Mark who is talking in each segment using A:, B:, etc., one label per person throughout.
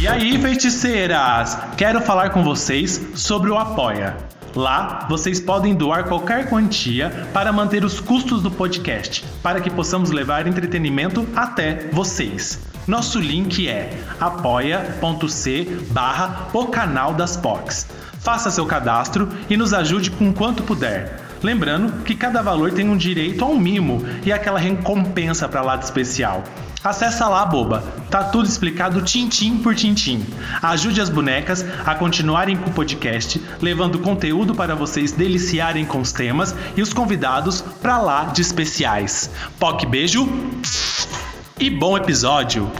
A: E aí, feiticeiras! Quero falar com vocês sobre o Apoia. Lá, vocês podem doar qualquer quantia para manter os custos do podcast, para que possamos levar entretenimento até vocês. Nosso link é apoia.c barra o canal das POCs. Faça seu cadastro e nos ajude com quanto puder. Lembrando que cada valor tem um direito a um mimo e aquela recompensa para lá de especial. Acessa lá, boba. Tá tudo explicado tintim por tintim. Ajude as bonecas a continuarem com o podcast, levando conteúdo para vocês deliciarem com os temas e os convidados pra lá de especiais. POC beijo e bom episódio.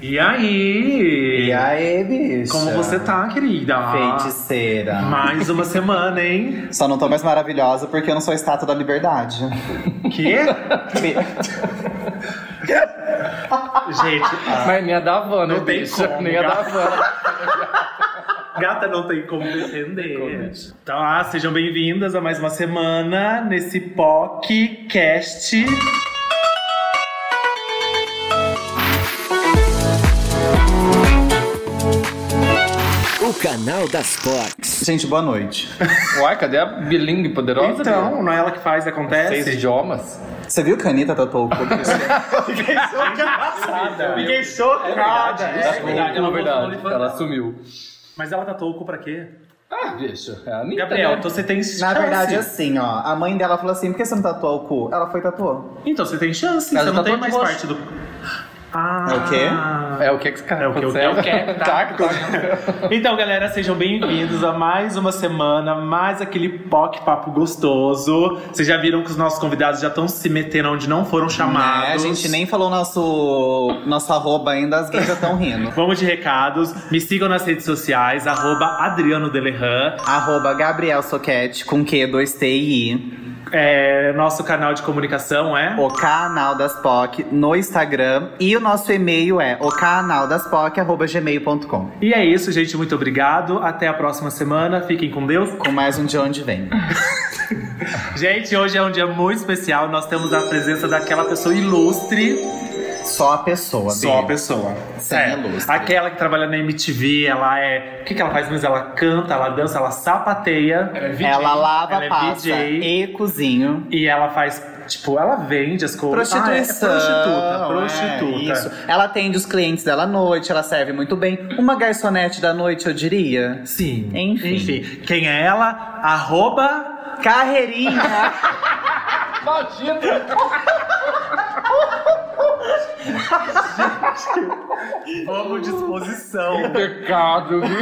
A: E aí?
B: E aí, bicho?
A: Como você tá, querida?
B: Feiticeira.
A: Mais uma semana, hein?
B: Só não tô mais maravilhosa porque eu não sou a estátua da liberdade.
A: Que? Gente,
C: Mas nem a da Havana,
A: Não tem
C: bicho.
A: como,
C: nem a da
A: cara.
C: Havana.
A: Gata não tem como defender. Então, ah, sejam bem-vindas a mais uma semana nesse POCcast.
D: O canal das Fox.
B: Gente, boa noite.
C: Uai, cadê a bilingue poderosa?
A: Então, não é assim. ela que faz,
C: meu? seis
A: acontece?
C: idiomas?
B: Você viu que a Anitta tatuou o corpo?
A: Passada. Fiquei
C: É
A: chocada.
C: verdade,
A: ela
C: é verdade.
A: botou no
C: Ela
A: OnlyFans.
C: sumiu.
A: Mas ela tá touco pra quê?
C: Ah, bicho. É a Anitta,
A: Gabriel,
C: né?
A: então você tem chance.
B: Na verdade, assim, ó. A mãe dela falou assim: por que você não tatuou o cu? Ela foi e tatuou. Né,
A: Então você tem chance,
C: Ela
A: você não
C: tá
A: tem
C: toda
A: mais
C: roxa.
A: parte do. Ah.
B: É o quê?
C: É o que que esse cara
A: É o que- é o que-
C: aconteceu?
A: é o que-
C: Tá,
A: Então, galera, sejam bem-vindos a mais uma semana, mais aquele POC papo gostoso. Vocês já viram que os nossos convidados já estão se metendo onde não foram chamados.
B: Né? A gente nem falou nosso, nosso arroba ainda, as gays já estão rindo.
A: Vamos de recados. Me sigam nas redes sociais, arroba Adriano Delerran.
B: Arroba Gabriel Soquete com Q, 2 T e I.
A: É, nosso canal de comunicação é.
B: O canal das POC no Instagram. E o nosso e-mail é o canal das POC, arroba gmail.com.
A: E é isso, gente. Muito obrigado. Até a próxima semana. Fiquem com Deus.
B: Com mais um de onde vem.
A: Gente, hoje é um dia muito especial. Nós temos a presença daquela pessoa ilustre.
B: Só a pessoa,
A: Só a
B: Bi.
A: pessoa.
B: Sim, é ilustre.
A: Aquela que trabalha na MTV, ela é. O que, que ela faz mesmo? Ela canta, ela dança, ela sapateia.
B: Ela lava,
A: Ela é
B: passa
A: VJ.
B: e cozinho.
A: E ela faz. Tipo, ela vende as coisas. Ah, é
B: Prostituição.
A: prostituta. Prostituta.
B: é, isso. Ela atende os clientes dela à noite, ela serve muito bem. Uma garçonete da noite, eu diria.
A: Sim.
B: Enfim.
A: Quem é ela? Arroba.
B: Carreirinha.
C: Maldito.
A: Vamos disposição.
C: Pecado, viu?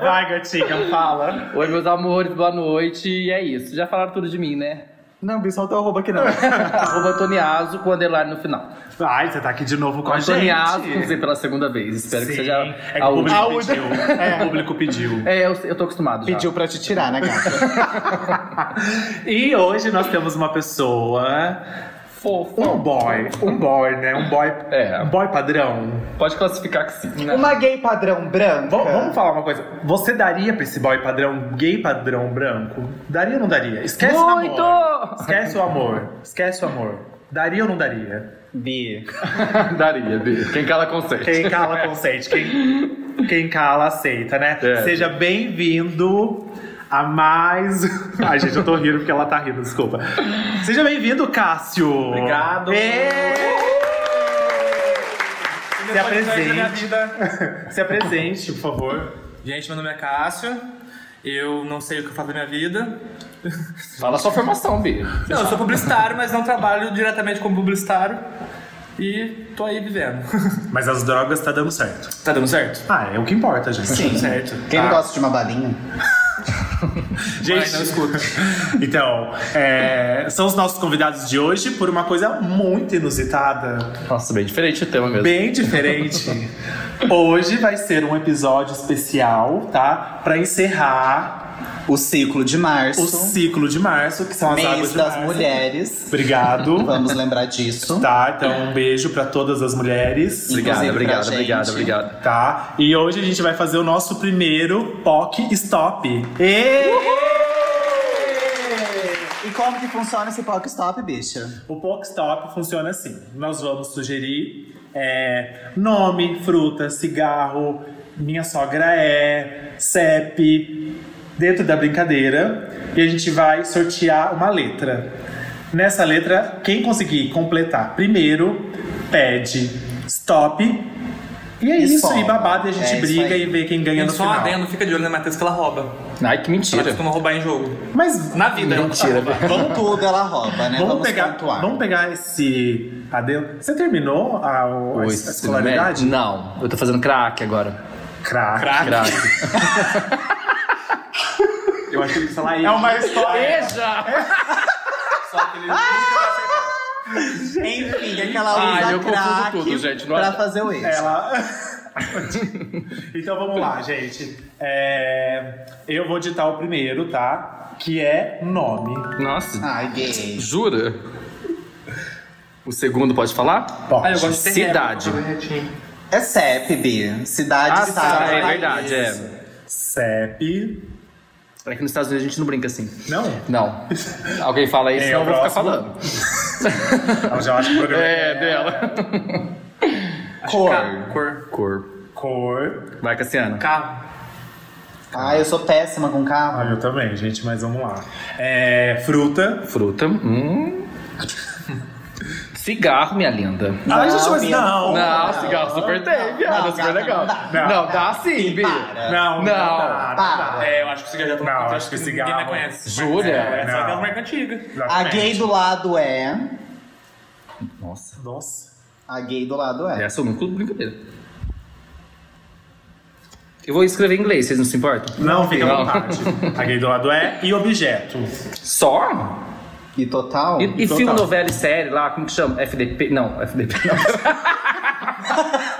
A: Vai, gatinha, fala.
C: Oi, meus amores, boa noite. E é isso. Já falaram tudo de mim, né?
B: não, Bi, solta o arroba aqui não.
C: Arroba Antoniazo com underline no final.
A: Ai, você tá aqui de novo com a gente.
C: Antoniazo com Z pela segunda vez. Espero que
A: Sim.
C: seja
A: É que
C: a
A: o
C: última.
A: público pediu. É, o público pediu.
C: É, eu, eu tô acostumado já.
B: Pediu pra te tirar, né, gata?
A: E hoje nós temos uma pessoa.
C: Fofo.
A: Um boy. Um boy, né? Um boy.
C: É.
A: Um boy padrão.
C: Pode classificar que sim. né?
B: Uma gay padrão branca.
A: Vamos, vamos falar uma coisa. Você daria pra esse boy padrão, gay padrão branco? Daria ou não daria? Esquece
C: Muito!
A: o amor. Esquece o amor. Esquece o amor. Daria ou não daria?
B: Bi.
A: Tá.
C: Daria, Bi. Quem cala consegue.
A: Quem cala consente. Quem, quem cala aceita, né?
C: É.
A: Seja bem-vindo a mais. um- Ai, gente, eu tô rindo porque ela tá rindo, desculpa. Seja bem-vindo, Cássio.
C: Obrigado.
A: Se apresente. Se apresente, por favor.
E: Gente, meu nome é Cássio. Eu não sei o que eu faço da minha vida.
C: Fala sua formação, Bi.
E: Não, eu sou publicitário, mas não trabalho diretamente como publicitário. E tô aí vivendo.
A: Mas as drogas tá dando certo.
E: Tá dando certo?
A: Ah, é o que importa, gente.
E: Sim. Certo.
B: Quem não gosta de uma balinha?
A: Tá. Gente,
E: Ai, não escuta.
A: então, é, são os nossos convidados de hoje por uma coisa muito inusitada,
C: Nossa, bem diferente o tema mesmo.
A: bem diferente. Hoje vai ser um episódio especial, tá? Pra encerrar
B: O ciclo de março.
A: o ciclo de março, que são as águas
B: mês
A: de
B: das
A: março.
B: mulheres.
A: Obrigado.
B: Vamos lembrar disso.
A: tá, então um beijo pra todas as mulheres.
C: Obrigado,
B: Inclusive
C: obrigado,
B: pra
C: obrigado,
B: gente.
C: obrigado.
A: Tá? E hoje a gente vai fazer o nosso primeiro POC Stop. E...
B: E como que funciona esse Pokestop, bicha?
A: O POC Stop funciona assim: nós vamos sugerir é, nome, fruta, cigarro, minha sogra é, CEP, dentro da brincadeira. E a gente vai sortear uma letra. Nessa letra, quem conseguir completar primeiro, pede stop. E é
B: E
A: isso,
B: soma.
A: e babado, e a gente
B: É isso
A: briga
B: aí.
A: e vê quem ganha
E: E
A: no
E: só um
A: final.
E: adendo, fica de olho na Matheus que ela rouba.
C: Ai, que
E: Ela
C: mentira.
E: costuma roubar em jogo.
A: Mas
E: Na vida. ela
C: Mentira,
E: rouba.
B: Com tudo ela rouba, né?
A: Vamos,
B: Vamos,
A: pegar,
B: pontuar.
A: vamos pegar esse adendo. Você terminou a, a- a
C: Oi,
A: escolaridade?
B: né?
C: Não, eu tô fazendo crack agora.
A: Crack.
C: Crack.
E: Eu acho que ele fala aí.
A: É uma história.
C: Veja!
E: Só que ele nunca vai acertar.
B: Enfim, é que ela usa
C: Ai, eu confundo
B: crack
C: tudo, gente, não
B: pra
C: é-
B: fazer o ex.
A: Ela. então vamos lá, gente. É, Eu vou ditar o primeiro, tá? Que é nome.
C: Nossa,
B: Ai, gay.
C: jura? O segundo pode falar?
A: Bom,
E: Ah, eu gosto de ter
C: Cidade.
E: régua, corretinho.
B: É CEP, Bi. Cidade
C: Ah,
B: de
C: tá, é
B: país.
C: verdade, é.
A: CEP.
C: É que nos Estados Unidos a gente não brinca assim.
A: Não?
C: Não. Alguém fala isso,
A: Quem é
C: senão eu
A: o
C: vou ficar falando.
A: próximo? Eu já acho que o programa
C: É, dela.
B: Cor.
E: Cor.
C: Cor.
A: Cor.
C: Vai, Cassiana.
E: Carro.
B: Ai, eu sou péssima com carro.
A: Ah, eu também, gente, mas vamos lá. É, fruta.
C: Fruta. Hum. Cigarro, minha linda.
A: Ai, Ah, gente, mas
B: minha-
A: não.
C: Não, cigarro super tem, viado.
B: não,
C: Super legal.
B: não dá,
A: não
C: Não, dá sim, Bi.
A: Não, tá, não.
C: Não.
A: dá, não dá.
B: Para.
E: É, eu acho que o cigarro já tá
A: Não, acho que o cigarro-
E: Ninguém mais conhece.
C: Jura?
E: É, só
A: Não.
E: aquela marca antiga.
B: A
A: Exatamente.
B: gay do lado é.
C: Nossa.
A: Nossa.
B: A gay do lado é.
C: Essa eu nunca brincadeira. Eu vou escrever em inglês, vocês não se importam?
A: Não, fica à
C: Não.
A: vontade. A gay do lado é e objeto.
C: Só?
B: E total?
C: E, e
A: Total.
B: tá.
C: filme, novela e série lá, como que chama? FDP? Não, FDP não.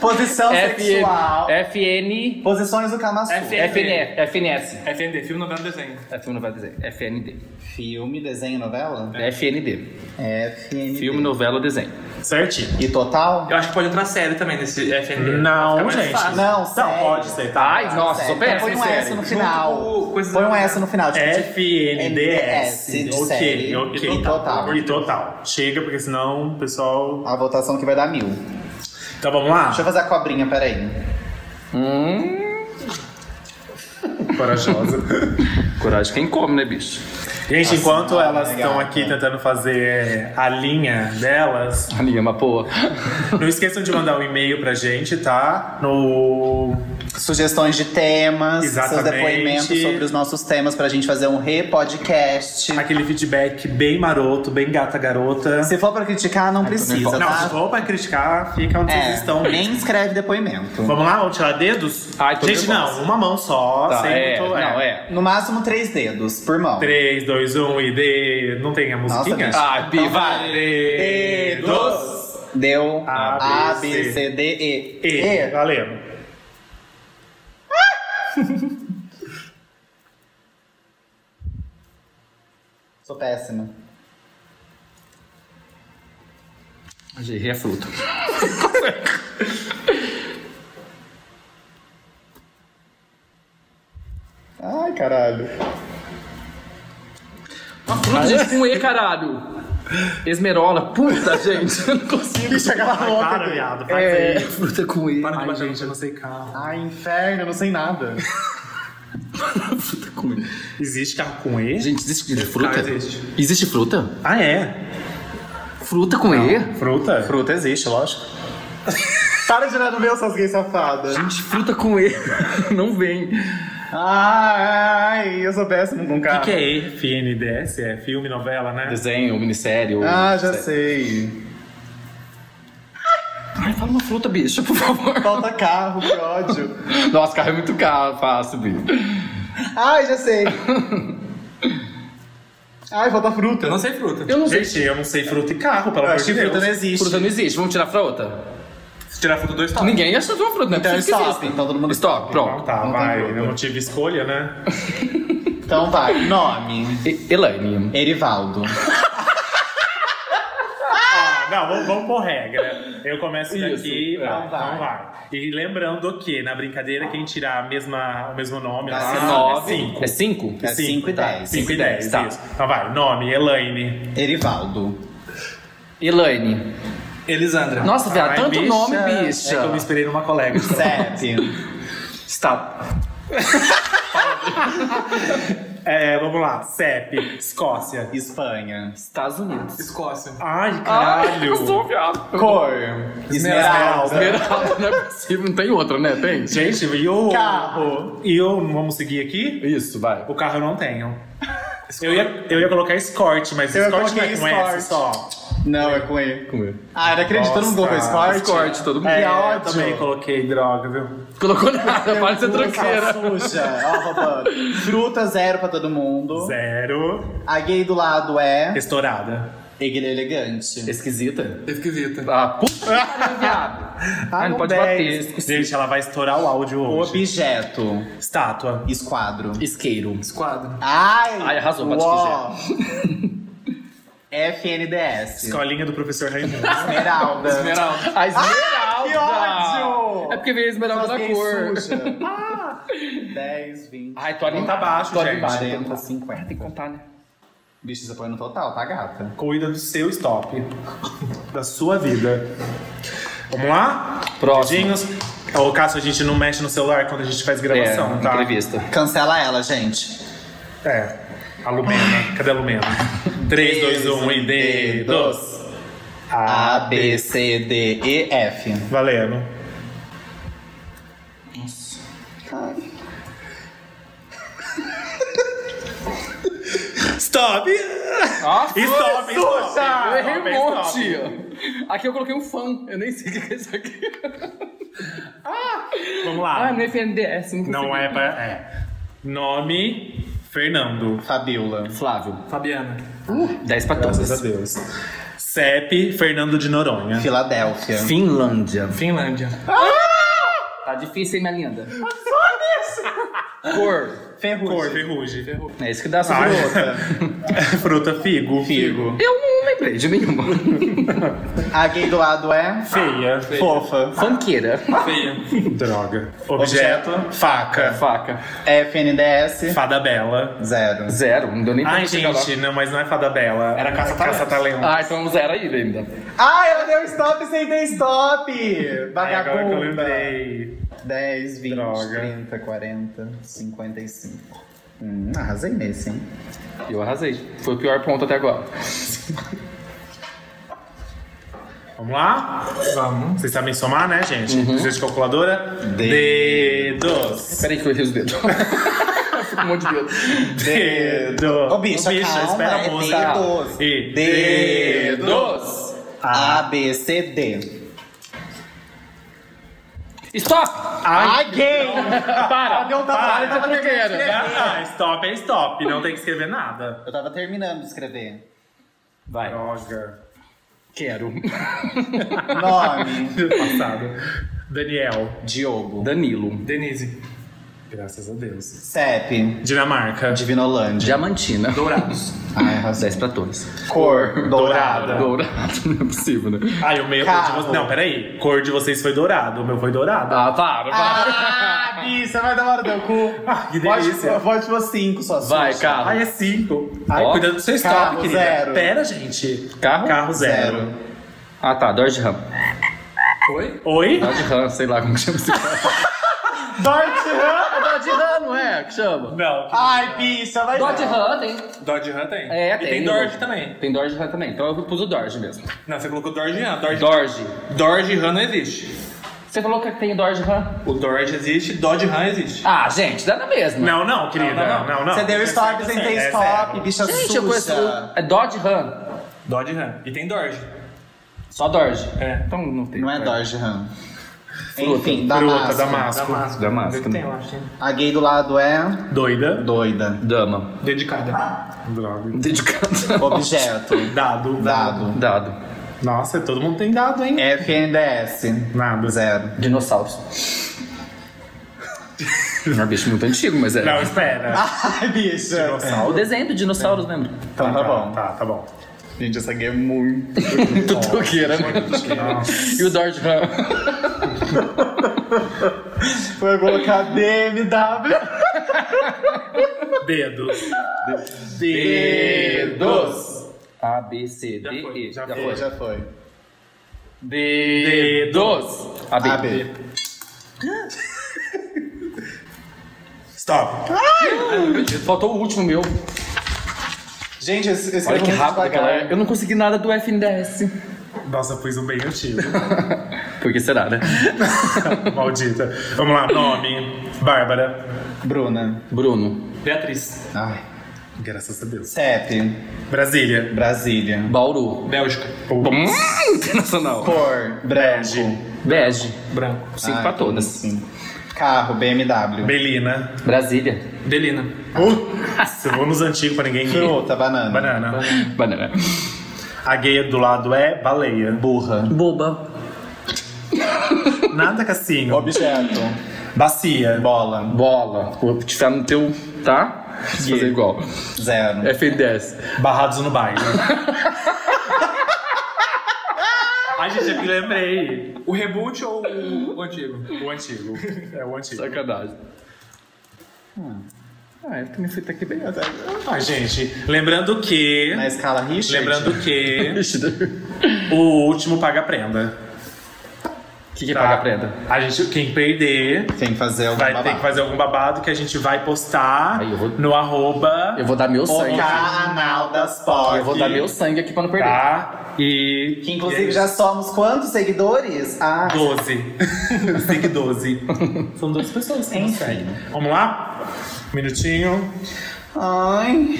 B: Posição sexual.
C: FN...
B: Posições do Kama Sutra.
E: F-
C: FNS. FNS.
E: FND, filme, novela, desenho.
C: É filme, novela, desenho. FND.
B: Filme, desenho, novela?
C: FND.
B: FND.
C: Filme, novela ou desenho.
A: Certinho.
B: E total?
E: Eu acho que pode entrar série também nesse FND. Fica
A: Não,
E: mais
A: gente.
E: fácil.
B: Não,
A: Não,
B: sério.
A: pode ser, tá?
C: Ai, nossa, sou
B: Sério. Então
C: péssimo
B: Põe
C: em
B: um S no
C: série.
B: final.
E: Junto com coisas
B: Põe um
E: da-
B: S no final. tipo,
A: FNDS.
B: de
A: Ok,
B: série
A: ok.
B: E total.
A: E total. Chega, porque senão o pessoal.
B: A votação que vai dar mil.
A: Então vamos lá?
B: Deixa eu fazer a cobrinha, peraí.
C: Hum,
A: Corajosa.
C: coragem quem come, né, bicho?
A: Gente, enquanto
B: Nossa,
A: elas
B: legal.
A: estão aqui tentando fazer a linha delas,
C: A minha é uma porra.
A: não esqueçam de mandar um e-mail pra gente, tá? No.
B: Sugestões de temas,
A: Exatamente.
B: seus depoimentos sobre os nossos temas pra gente fazer um repodcast.
A: Aquele feedback bem maroto, bem gata garota.
B: Se for pra criticar, não precisa,
A: Não, se
B: tá?
A: for pra criticar, fica onde
B: É,
A: vocês estão.
B: nem escreve depoimento.
A: Vamos lá? Vamos tirar dedos?
C: Ai, tô
A: gente,
C: nervosa.
A: não, uma mão só,
C: Tá,
A: sem
C: é,
A: muito.
C: não, é.
B: No máximo três dedos por mão.
A: 3, 2, 1 e D. Não tem a musiquinha?
B: bicho.
C: Ai, Bi, vai.
A: Dedos.
B: Deu
A: A,
B: A,
A: B,
B: B,
A: C,
B: C, D, E.
A: E, valeu.
B: Sou péssima.
C: Gerri é fruta.
B: Ai, caralho.
C: Uma fruta, gente, com E, caralho. Esmerola, puta, gente. Eu não consigo.
B: Bicho, aquela
A: Para,
B: louca.
A: viado, faz
C: É,
A: aí.
C: fruta com E.
E: Para de
C: Ai,
E: bater no
C: gente,
E: seu-
A: Eu não sei carro.
B: Ai, inferno, eu não sei nada.
C: fruta com E.
A: Existe carro com E?
C: Gente, existe de fruta?
E: Cara, existe.
C: Existe fruta?
A: Ah, é?
C: Fruta com E?
A: Fruta?
B: Fruta existe, lógico. Para de olhar no meu, suas gays safadas.
C: Gente, fruta com E. Não vem.
B: Ai, eu sou péssimo com
A: O
B: carro.
A: que, que é FNDS? É filme, novela, né?
C: Desenho, minissérie. ou-
B: Ah, já sei.
C: Ai, fala uma fruta, bicho, por favor.
B: Falta carro, que ódio.
C: Nossa, carro é muito caro, fácil, bicho.
B: Ai, já sei. Ai, falta fruta.
E: Eu não sei fruta.
C: Eu não sei.
A: Gente, eu não sei fruta e carro, pelo
B: Eu
A: amor
B: acho
A: de
B: que
A: Deus.
B: fruta não existe.
C: Fruta não existe. Vamos tirar fruta?
E: Se tirar fruta, dois toques.
C: Ninguém achou uma fruta, né?
B: Então
C: Por isso que
B: stop,
C: existe.
B: então todo mundo
C: Stop,
A: Então
C: pronto.
A: tá,
B: Não tem
A: vai.
B: fruta.
A: Eu não tive escolha, né?
B: Então vai, nome.
C: E- Elaine.
B: Erivaldo.
A: Ah, não, vamos, vamos por regra. Eu começo
C: Isso,
A: daqui,
C: é.
A: vai, então vai. E lembrando que na brincadeira, quem tirar a mesma, o mesmo nome,
B: Vai
A: lá,
B: ser
A: é
C: Nove.
A: cinco.
C: É cinco?
B: É 5 e 10.
A: 5 e 10,
C: tá.
A: isso. Então vai, nome, Elaine.
B: Erivaldo.
C: Elaine.
A: Elisandra.
C: Nossa, viado,
A: Ai,
C: tanto
A: bicha.
C: nome,
A: É que eu me
C: bicha.
A: inspirei numa colega.
B: Sep.
A: Stop. é, vamos lá. CEP, Escócia.
B: Espanha.
C: Estados Unidos.
A: Escócia. Ai,
C: Ai, eu
A: caralho.
C: sou viado.
B: Cor.
A: Esmeralda.
B: Esmeralda.
C: Esmeralda, não é possível, não tem outra, né? Tem?
A: Gente, e o...
B: Carro.
A: E eu, vamos seguir aqui?
C: Isso, vai.
A: O carro eu não tenho. Eu ia, eu ia colocar Escort, mas
B: Eu
A: Escort não é
B: coloquei
A: com S
B: Escort.
A: só.
B: Não, é com E.
C: Comer.
B: Ah, não acredito, todo mundo colocou
A: Nossa.
B: Escort.
C: Corte, todo mundo.
A: É, eu
B: ódio.
A: também coloquei droga, viu?
C: Colocou nada, para de ser
B: Duas
C: tranqueira.
B: salsicha, ó, roubando. Fruta zero pra todo mundo.
A: Zero.
B: A gay do lado é
A: Estourada.
B: Egg elegante.
C: Esquisita.
E: Esquisita.
C: Ah, puta que pariu, viado. Ai, não pode bater.
A: Dez. Gente, ela vai estourar o áudio hoje.
B: Objeto.
A: Estátua.
B: Esquadro.
C: Isqueiro.
E: Esquadro.
B: Ai!
C: Ai, arrasou, pode
B: uó. FNDS.
A: Escolinha do professor Raimundo.
B: Esmeralda. Ah,
E: Esmeralda.
C: A Ah, esmeralda.
B: que ódio!
C: É porque veio a esmeralda
B: Só
C: da
B: tem
C: cor.
B: suja. Ah! 10, 20.
C: Ai, tô ali
A: Tá baixo,
C: tô ali
A: gente.
C: embaixo.
B: 40, 50.
C: Ah, Tem que contar, né?
B: Bicho, você põe no total, tá, gata?
A: Cuida do seu stop. da sua vida. Vamos lá?
C: Próximo.
A: Beijinhos. Ô, Cássio, a gente não mexe no celular quando a gente faz gravação,
C: é,
A: tá?
C: entrevista.
B: Cancela ela, gente.
A: É. A Lumena. Cadê a Lumena? 3, 2, 1 e dedos. Ah,
B: A, B, C, D, E, F.
A: valendo.
C: Ah.
A: Stop!
C: Ah,
A: Stop, stop!
C: Eu errei
A: Stop,
C: um
A: stop.
C: monte. Aqui eu coloquei um fã. Eu nem sei o que é isso aqui.
A: Vamos
C: Ah,
A: lá.
C: no FNDS. Não,
A: Não
C: consegui.
A: é pra. É. Nome: Fernando.
B: Fabiola.
C: Flávio.
E: Fabiana.
C: 10 pra
A: Graças
C: todas.
A: a Deus. CEP: Fernando de Noronha.
B: Filadélfia.
C: Finlândia.
E: Finlândia.
C: Tá difícil, hein, minha linda? Cor.
A: Cor: Ferrugem.
C: É isso que dá sobre outra.
A: Ah, Fruta: Figo.
B: Figo.
C: Eu não lembrei de nenhuma.
B: A gay do lado é
A: Feia.
B: fofa.
C: Fanqueira.
E: Feia.
A: Droga. Objeto: Faca.
C: Faca.
B: FNDS.
A: Fada Bela.
B: Zero.
C: Zero. Não deu nem
A: Ai,
C: pra chegar lá.
A: gente, não, mas não é Fada Bela. Era Caça-Talento.
C: Ah, então zero aí ainda.
B: Ah, ela deu stop sem ter stop!
A: Ai, agora que eu
B: Ah, Vagabunda.
A: lembrei.
B: 10, 20,
A: Droga.
B: 30, 40, 55. Hum, arrasei nesse, hein?
C: Eu arrasei. Foi o pior ponto até agora.
A: Vamos lá? Vamos. Vocês sabem somar, né, gente? Precisa de calculadora? Dedos.
C: Peraí que eu errei os dedos. Fica um monte de dedo.
A: Dedo.
B: Ô, bicha, calma,
A: espera
B: é
A: a música.
B: dedos.
A: E
B: Dedos.
C: Dos.
A: Ah.
B: A, B, C, D.
C: Stop!
A: Ai,
B: gay!
C: Para!
B: Deu um trabalho
C: Para de
B: tava terminando de
C: blogueira.
B: escrever.
A: Ah, stop é stop, não tem que escrever nada.
B: Eu tava terminando de escrever.
C: Vai.
A: Droga.
C: Quero.
B: Nome.
A: Passado. Daniel.
B: Diogo.
C: Danilo.
E: Denise.
A: Graças a Deus.
B: CEP.
A: Dinamarca.
B: Divinolândia.
C: Diamantina.
E: Dourados.
B: Ai, arrasei.
C: 10 pra todos.
B: Cor. Dourada.
C: Dourado. Não é possível, né?
A: Ah, e o meu.
B: Carro.
A: de vo- Não, peraí. Cor de vocês foi dourado. O meu foi dourado.
C: Ah, para, para.
B: Ah, bicha, vai dar hora do cu.
A: Ah, que delícia.
B: Pode, pode pôr cinco, só
C: Vai,
B: suja.
C: carro.
A: Ai, é cinco. Ai,
C: Ó.
A: cuidado do seu stop,
B: Carro
A: querida.
B: zero.
A: Pera, gente.
C: Carro?
A: Carro zero.
B: Zero.
C: Ah, tá. Dodge Ram.
E: Oi?
A: Oi?
C: Dodge Ram, sei lá como que chama esse carro. Dodge Ram, não é? Que chama?
A: Não.
B: Ai, bicha, vai
C: Dodge
B: dar.
C: Ram tem.
E: Dodge Ram tem.
C: É,
E: e
C: tem.
E: tem.
C: no
E: Dorge
C: Dodge.
E: também.
C: Tem Dodge Ram também. Então eu pus o Dodge mesmo.
E: Não, você colocou Dorge Ram. Dorge,
C: Dodge.
E: Dorge Ram não existe.
C: Você falou que tem Dodge Ram?
E: O Dorge existe, Dodge Ram existe.
C: Ah, gente, dá na mesma.
A: Não, não, querida.
E: Não,
A: Não,
E: não,
A: não.
B: Você deu
A: é
B: stop sem ter stop, bicha
C: Gente, eu conheço.
B: suja.
C: o- É Dodge Ram.
E: Dodge Ram. E tem Dorge.
C: Só Dodge.
E: É.
C: Então não tem.
B: Não é Dodge Ram.
C: Fruta.
B: Enfim,
A: Fruta,
B: Damasco.
A: Damasco.
C: Damasco.
E: Tem, eu acho. tem.
B: A gay do lado é
A: Doida.
B: doida.
C: Dama.
E: Dedicada.
A: Droga.
C: Dedicado.
B: Objeto.
A: Dado.
B: Dado.
C: Dado.
A: Nossa, todo mundo tem dado, hein?
B: FNDS.
A: Nada.
B: É. Zero.
C: Dinossauros. É um bicho muito antigo, mas é.
A: Não, espera. um
B: Ai, bicha.
C: O desenho do dinossauros, lembra?
B: Então Ah, é. tá bom.
A: Tá, tá bom.
B: Gente, essa gay é muito.
C: Tutuqueira, né? E o Dodge Ram.
B: Foi colocar DMW.
A: Dedos.
C: Dedos. A, B, C, D,
A: foi,
C: E.
A: já
B: Já foi.
C: Dedos. A B.
B: AB.
A: Stop.
C: Faltou o último meu.
B: Gente, esse, esse
C: Olha que
B: é muito
C: rápido,
B: devagar.
C: cara. Eu não consegui nada do FNDS.
A: Nossa, pus um bem antigo.
C: Por que será, né?
A: Maldita. Vamos lá, nome. Bárbara.
B: Bruna.
C: Bruno.
E: Beatriz.
B: Ai.
A: Graças a Deus.
B: CEP.
A: Brasília.
B: Brasília.
C: Bauru.
E: Bélgica.
C: Hum, internacional. Ah,
B: Cor. Bege.
C: Bege.
E: Branco.
C: Cinco
B: Ai,
C: pra todas.
B: Sim. Carro. BMW.
A: Belina.
C: Brasília.
E: Delina.
A: Nossa, eu vou nos antigos pra ninguém rir.
B: Fruta. Banana.
A: Banana.
C: Banana.
A: A gay do lado é baleia.
B: Burra.
C: Boba.
A: Nada cassinho.
B: Objeto.
A: Bacia.
B: Bola.
C: Bola. Vou tirar no teu. Tá? Preciso fazer igual.
B: Zero.
C: É. FNDS.
A: Barrados no baile. Ai, gente, eu me lembrei.
E: O reboot ou o, o antigo?
A: O antigo. É o antigo.
C: Sacanagem. Ah, eu também fui tá aqui bem.
A: Ai, gente. Lembrando que.
B: Na escala Richard.
A: Lembrando que
C: O
A: o último paga a prenda.
C: que, que é
A: tá?
C: pagar prenda?
A: A gente, quem perder,
B: Tem que fazer algum
A: vai ter
B: babado.
A: que fazer algum babado que a gente vai postar
C: Aí eu vou-
A: no arroba.
C: Eu vou dar meu sangue.
B: Canal das Porcas.
C: Eu vou dar meu sangue aqui pra não perder.
A: Tá? E.
B: Que inclusive já somos quantos seguidores? Ah,
A: 12. Segue 12. São 12 pessoas que nos seguem. Vamos lá? Um minutinho.
B: ai.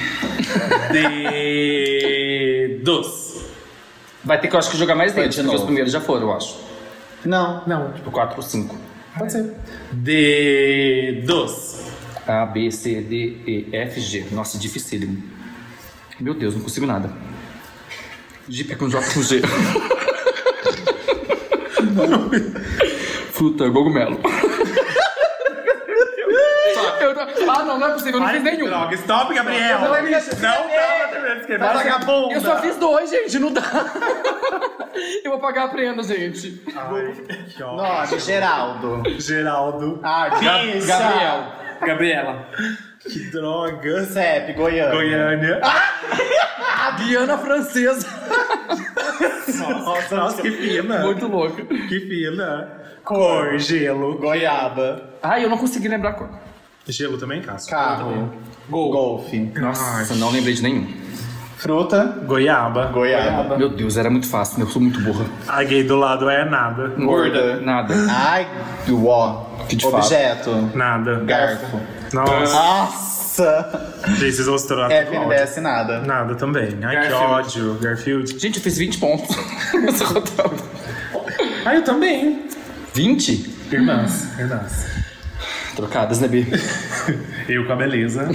A: De. Dos.
C: Vai ter que eu acho que jogar mais dentro,
B: de
C: porque
B: novo.
C: os primeiros já foram, eu acho.
B: Não.
A: Não.
C: Tipo, 4 ou 5.
A: Pode ser. De. Dos.
C: A, B, C, D, E, F, G. Nossa, dificílimo. Meu Deus, não consigo nada. Jeep com J com G. Fruta, cogumelo. Eu não- Ah, não, não é possível, eu não fiz nenhum.
A: Droga, stop, Gabriel!
C: Não,
A: Não,
C: não é minha-
A: dá pra terminar de escrever.
B: Vagabundo.
C: Eu só fiz dois, gente, não dá. Eu vou pagar a prenda, gente.
A: Ai, que ó.
B: Nome, Geraldo.
A: Geraldo.
B: Ah,
A: Bicha.
C: Gabriel.
A: Gabriela. Que droga.
B: CEP, Goiânia.
A: Goiânia.
C: A Guiana Francesa.
A: Nossa, nossa, que fina.
C: Muito louca.
A: Que fina. Cor, gelo.
B: Goiaba.
C: Ai, eu não consegui lembrar qual.
A: Gelo também, Cássio?
B: Carro. Golfe.
C: Nossa, não lembrei de nenhum.
B: Fruta.
A: Goiaba.
B: Goiaba.
C: Meu Deus, era muito fácil, eu sou muito burra.
A: A gay do lado é nada.
B: Gorda.
C: Nada.
B: Ai, uó.
C: Que de
B: Objeto.
A: Nada.
B: Garfo.
A: Nossa,
B: Nossa.
A: gente, vocês vão se tornar
B: É,
A: tudo
B: não
A: ódio.
B: desce nada.
A: Nada também. Ai, que
E: Garfield.
A: ódio. Garfield.
C: Gente, eu fiz 20 pontos nessa rodada.
A: Ah, eu também.
C: 20?
A: Irmãs, irmãs.
C: Trocadas, né, Bi?
A: Eu com a beleza.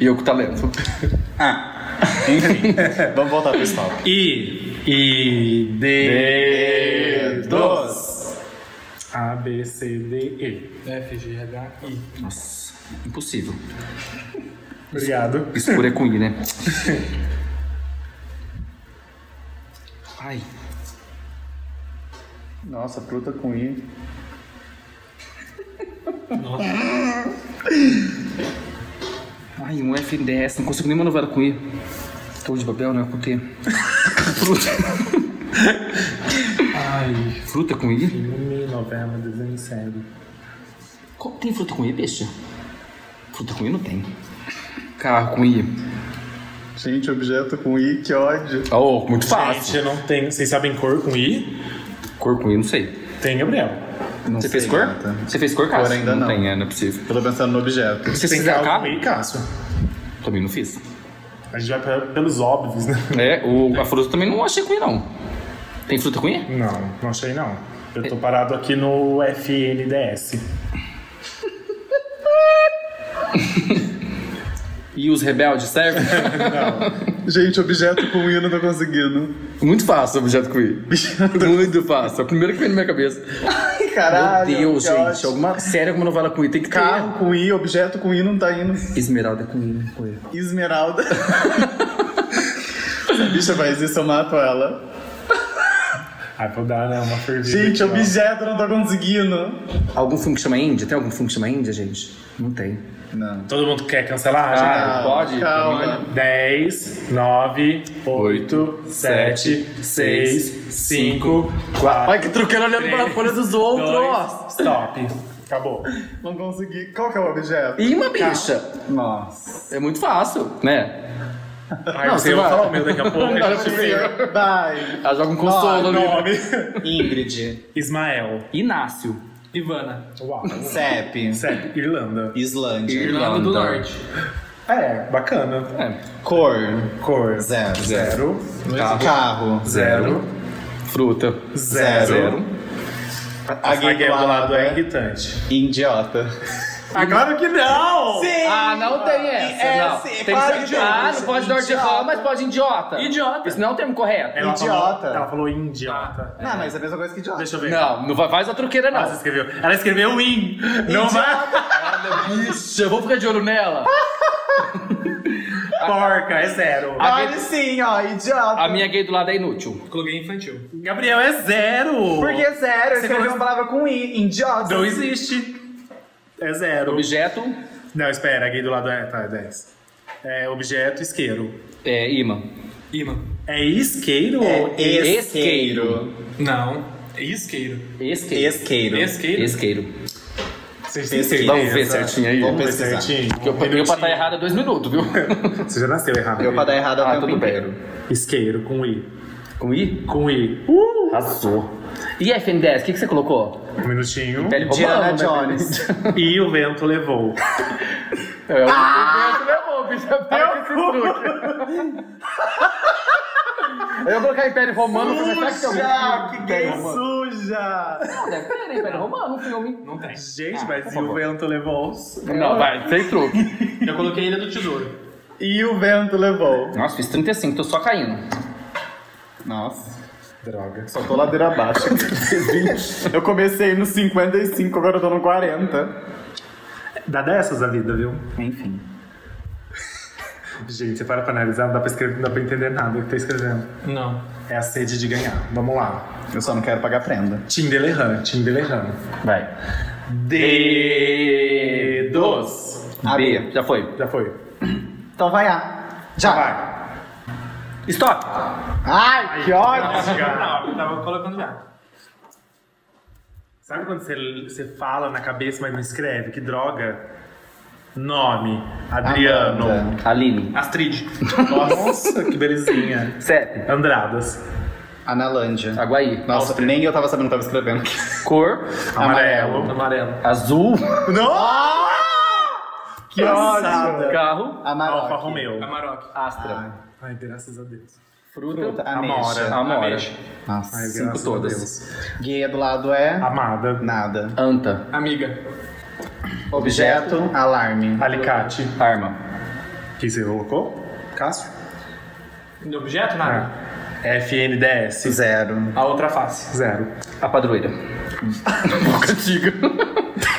C: e eu com talento.
B: Ah, Enfim. Vamos voltar pro stop.
A: E. E. D.
B: Dos.
A: A, B, C, D, E.
E: F, G, H, I.
C: Nossa, impossível.
A: Obrigado.
C: Isso por é com I, né? Ai,
B: Nossa, fruta com I.
C: ai, um FDS, não consigo nem manobrar com I. Tô de papel, né? Com T. Fruta. Ai. Fruta com I?
A: Filme, novela, desenho, série.
C: Co- Tem fruta com I, bicha? Fruta com I não tem. Carro com I.
B: Gente, objeto com I, que ódio.
C: Oh, muito fácil.
A: Gente, eu não tenho. Vocês sabem cor com I?
C: Cor com I, não sei.
A: Tem, Gabriel.
B: Não
C: Você
B: sei,
C: fez cor?
B: gata.
C: Você fez cor, Cássio?
B: Cor ainda não.
C: tem, é, não é possível.
B: Eu tô pensando no objeto.
C: Você
A: Tem
C: fez a
A: algo com
C: capa?
A: I, Cássio?
C: Também não fiz.
A: A gente vai pe- pelos óbvios, né?
C: É, o, a fruta também não achei com I, não. Tem fruta com I?
A: Não, não achei não. Eu tô parado aqui no FNDS.
C: E os rebeldes, serve?
B: Gente, objeto com I eu não tô conseguindo.
C: Muito fácil o objeto com I. Muito fácil. É o primeiro que vem na minha cabeça. Ah,
B: Ai, caralho.
C: Meu Deus,
B: que
C: gente.
B: ódio.
C: Alguma, sério, alguma novela com I tem que ter.
B: Carro com I, objeto com I não tá indo.
C: Esmeralda com I, não foi.
B: Esmeralda. Se a bicha faz isso, eu mato ela.
A: Ah, vou dar né, uma fervida.
B: Gente,
A: aqui, ó.
B: objeto eu não tô conseguindo.
C: Algum filme que chama Índia? Tem algum filme que chama Índia, gente? Não tem.
F: Não.
A: Todo mundo quer cancelar? gente?
G: Ah, pode?
F: calma.
A: 10, 9, 8, 7, 6, 5, 4.
C: Olha que truqueiro olhando pra folha dos outros.
A: Dois, stop. Acabou.
F: Não consegui. Qual que é o objeto?
C: Ih, uma bicha.
F: Nossa.
C: É muito fácil.
G: Né?
A: Ai,
C: Não,
A: você
C: você
A: vai
C: vai.
A: falar o meu daqui a pouco. a gente vê.
B: Tipo,
F: Vai.
C: Ela joga um consolo ali.
A: Nome.
B: Ingrid,
A: Ismael.
G: Inácio.
E: Ivana.
A: Uau.
B: CEP,
A: Sério, Irlanda.
B: Islândia,
G: Irlanda.
C: Irlanda do Norte.
A: É, bacana.
B: cor,
A: Cor.
B: zero,
A: Zero.
B: carro,
A: Zero.
G: Fruta.
A: Zero. A guia do lado é
B: é
A: irritante.
B: idiota.
A: Claro que não! Sim!
C: Ah, não tem
E: É,
C: essa, não.
B: essa,
C: Tem
B: claro
C: que
B: que
C: ser...
B: tem.
C: Ah, não pode norte mas pode idiota.
E: Idiota.
C: Isso não é um termo correto.
A: Ela
B: Idiota.
A: Falou, ela falou idiota.
B: Não, mas é a mesma coisa que idiota.
A: Deixa eu ver.
C: Não, não vai- faz a truqueira,
E: Ah,
A: Ela
C: não.
A: escreveu. Ela escreveu win. Não vai.
C: Ixi, eu vou ficar de olho nela.
A: Porca, é zero.
B: Olha sim, ó, idiota.
C: A minha gay do lado é inútil.
E: Coloquei infantil.
A: Gabriel é zero.
B: Porque é zero, eu escrevi
A: falou-
B: uma palavra com I, idiota.
A: Não existe. É zero.
C: Objeto
A: Não, espera, aqui do lado é. Tá, é 10. É objeto, isqueiro.
C: é imã.
E: Imã.
A: É isqueiro?
C: É.
A: ou
B: Esqueiro.
E: Não. Isqueiro.
C: Esqueiro.
B: Esqueiro.
E: Esqueiro.
C: Esqueiro.
A: Vocês têm
B: Esqueiro.
A: certeza?
C: Vamos ver certinho aí.
B: Vamos
A: Vamos ver
B: pesquisar.
A: certinho.
E: Um
A: Um
C: Que eu, eu pra estar errado é dois minutos, viu?
A: Você já nasceu errado. né?
B: Eu pra dar errado
C: Ah,
B: até o tempo
C: tudo bem.
B: inteiro.
A: Isqueiro, com I.
C: Com I?
A: Com I.
C: Uh! Arrasou. E FN10, o que, que você colocou?
A: Um minutinho.
C: Pele
B: Diana
C: romano, né?
B: Jones.
A: E o vento levou.
C: É, o ah! levou, bicha. Para com esse truque. Eu vou colocar Império Romano pra começar que eu
B: Puxa, que gay
A: suja!
C: Não, deve ter né, Império Romano no filme. Não tem.
A: Gente, mas e o vento levou?
C: Não, vai, sem truque.
E: Eu coloquei Ilha do Tesouro.
F: E o vento levou.
C: Nossa, fiz 35, tô só caindo.
B: Nossa.
A: Droga.
F: Só tô ladeira abaixo. eu comecei no 55, agora eu tô no 40.
A: Dá dessas a vida, viu?
B: Enfim.
A: Gente, você para pra analisar, não dá pra, escrever, não dá pra entender nada do que tá escrevendo.
E: Não.
A: É a sede de ganhar. Vamos lá.
B: Eu só não quero pagar prenda.
A: Tim Delehan, Tim Delehan.
C: Vai.
A: Dedos.
C: B, já foi.
A: Já foi.
B: Então vai lá. Já.
A: Vai.
C: Stop!
B: Ai, que
A: Ah,
B: ódio.
E: Eu tava colocando já.
A: Sabe quando você, você fala na cabeça, mas não escreve? Que droga. Nome. Adriano.
B: Amanda.
C: É. Aline.
E: Astrid.
A: Nossa, que belezinha.
C: Sete.
A: Andradas.
B: Analândia.
C: Aguaí.
B: Nossa, nem eu tava sabendo que tava escrevendo.
C: Cor.
A: Amarelo.
E: Amarelo.
C: Azul.
A: Que ódio.
C: Carro.
A: Alfa
B: Amarok.
A: Romeo.
E: Amarok.
C: Astra.
A: Ai, graças a Deus.
C: Fruta.
B: Fruta.
A: Amora.
B: Ameixa.
E: Ah,
C: Amora.
E: Ameixa.
A: Ai,
B: Nossa.
A: graças
C: todas.
A: a Deus.
B: Guia do lado é...
A: Amada.
B: Nada.
C: Anta.
E: Amiga.
B: Objeto. Alarme.
A: Alicate.
C: Arma.
A: Que você colocou? Ah. Cássio.
E: No objeto, nada.
A: FNDS.
B: Zero.
C: É.
E: A outra face.
A: Zero.
C: A padroeira. Boca antiga.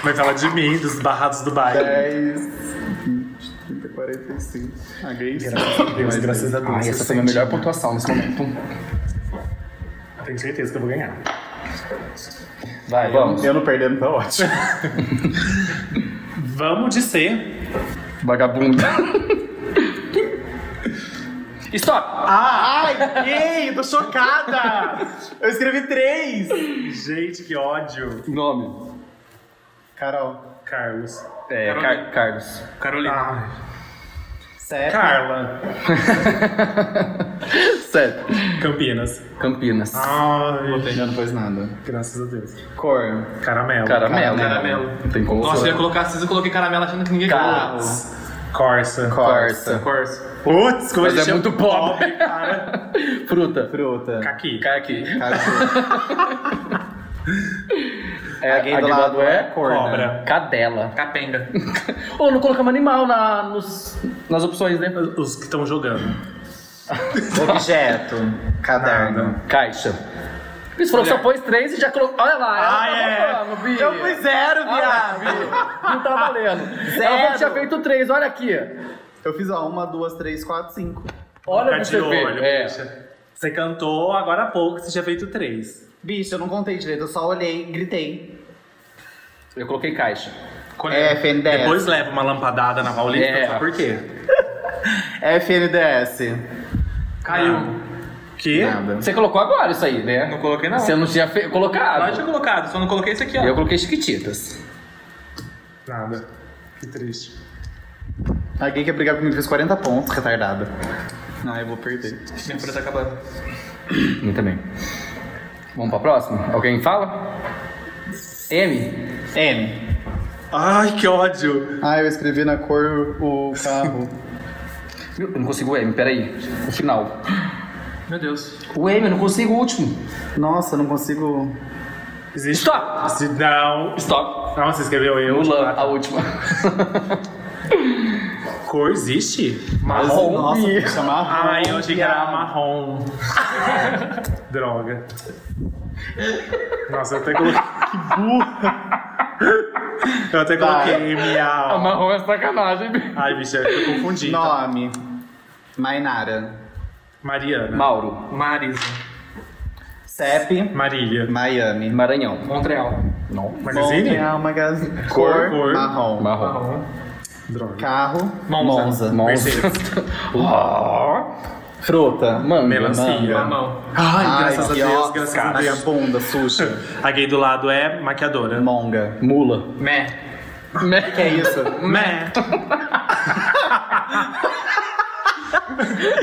A: Vai falar de mim, dos barrados do bairro.
F: 10, 30, 45. A gay
A: Graças a Deus, graças a Deus.
C: Ai, essa foi a minha melhor pontuação nesse momento.
A: Tenho certeza que eu vou ganhar.
C: Vai, vamos.
F: Eu não perdendo, tá ótimo.
A: Vamos de C.
C: Vagabunda. Stop!
A: Ah, Ai, gay! Tô chocada! Eu escrevi três! Gente, que ódio.
C: Nome.
B: Carol.
A: Carlos.
C: É, Car- Carlos.
E: Carolina.
A: Ah,
B: Sete.
A: Carla.
C: Sete.
A: Campinas.
C: Campinas.
A: Ah, Ai,
B: Já não pôs nada.
A: graças a Deus.
B: Cor.
A: Caramelo.
C: Caramelo.
E: Caramelo.
C: Não tem como
E: Nossa, eu ia
C: falar.
E: colocar cinza, eu coloquei caramelo achando que ninguém
C: Carro.
A: Corsa.
C: Corsa.
E: Corsa.
A: Putz, como
C: Mas
A: ele
C: é
A: chama-
C: muito pobre.
A: cara.
C: Fruta.
B: Fruta.
A: Caqui.
C: Caqui.
B: Caju.
C: É,
B: A gay do lado é
C: né?
B: corna.
A: Cobra.
C: Cadela.
E: Capenga.
C: Ou não colocamos animal na, nos, nas opções, né?
A: Os que estão jogando.
B: Objeto. Caderno.
C: Caixa. Isso falou que só pôs três e já colocou. Olha lá, ela
A: Ah,
C: tá
A: é.
C: roubando, Bia.
B: Eu fui zero,
C: Olha lá,
B: viado.
C: Bia. Não tá valendo. Ela falou que tinha feito três, olha aqui.
B: Eu fiz, ó, uma, duas, três, quatro, cinco.
C: Olha
A: Tá
C: pra
A: de
C: você ver.
A: olho,
C: É.
A: bicha. Você cantou agora há pouco, você tinha feito três.
C: É,
B: Bicho, eu não contei direito, eu só olhei, gritei.
C: Eu coloquei caixa.
B: FNDS.
A: Depois leva uma lampadada na Paulista,
C: É.
A: sabe por quê?
B: FNDS.
E: Caiu.
C: Ah.
A: Que?
B: Nada.
C: Você colocou agora isso aí, né?
E: Não coloquei, não.
C: Você não tinha fe-
E: Pode
C: colocado.
E: ter colocado, só não coloquei esse aqui, ó.
C: Eu coloquei chiquititas.
A: Nada. Que triste.
B: Alguém quer brigar comigo fez 40 pontos, retardada. Ah, eu vou perder.
E: Minha folha tá acabando.
C: Muito bem. Hum, Vamos pra próxima? Alguém fala? M.
B: M.
A: Ai, que ódio.
B: Ah, eu escrevi na cor o carro.
C: Meu, Eu não consigo o M, peraí. O final.
E: Meu Deus.
C: O M, eu não consigo o último.
B: Nossa, não consigo.
A: Existe.
C: Stop!
A: Se não.
C: Stop.
A: Não, você escreveu eu.
C: Mulan, a última.
A: Cor existe?
C: Marrom.
B: Nossa, tem que chamar.
A: Ai, eu achei que era marrom. Droga. Nossa, eu até coloquei. Que burra! Eu até coloquei
C: A
A: minha.
C: marrom é sacanagem.
A: Ai, bicho, eu confundi.
B: Nome. Mainara.
A: Mariana.
C: Mauro.
E: Marisa.
B: CEP.
A: Marília.
B: Miami.
C: Maranhão.
E: Montreal.
C: Não.
A: Magazine?
B: Montreal, magazine.
A: Cor,
B: é Cor,
A: cor.
B: marrom.
C: Marrom.
A: Droga.
B: Carro,
E: Monza.
B: Monza.
C: Monza.
A: Mercedes.
C: Ó.
B: Fruta,
C: Manga.
A: Melancia.
E: Mamão.
A: Ai, graças a
B: que
A: Deus,
B: ó,
A: graças
B: cara,
A: a Deus.
B: bunda, sushi.
A: A gay do lado é maquiadora.
B: Monga.
C: Mula.
E: Mé.
B: Que é isso?
A: Mé.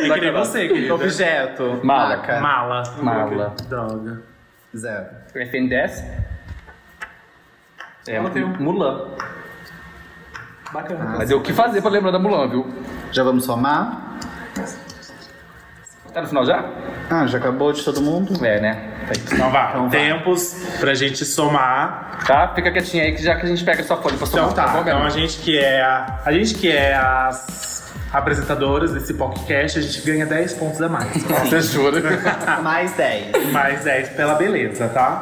A: Eu queria você, querida.
B: é Objeto.
C: Mala.
B: Maca.
A: Mala.
C: Mala.
A: Droga.
B: Zero.
C: FN10. É,
E: Ela tem um.
C: Mulan.
E: Bacana.
C: Mas eu o que fazer pra lembrar da Mulan, viu?
B: Já vamos somar?
C: Tá no final já?
B: Ah, já acabou de todo mundo?
C: É, né? Tá aí.
A: Então vá.
B: Então vá.
A: Tempos pra gente somar.
C: Tá, fica quietinha aí que já que a gente pega a sua folha pra um somar.
A: Então tá.
C: bom mesmo?
A: Então a gente que é a, a gente que é as apresentadoras desse podcast, a gente ganha 10 pontos a mais.
C: Você jura?
A: Ah.
B: Mais 10.
A: mais 10 pela beleza, tá?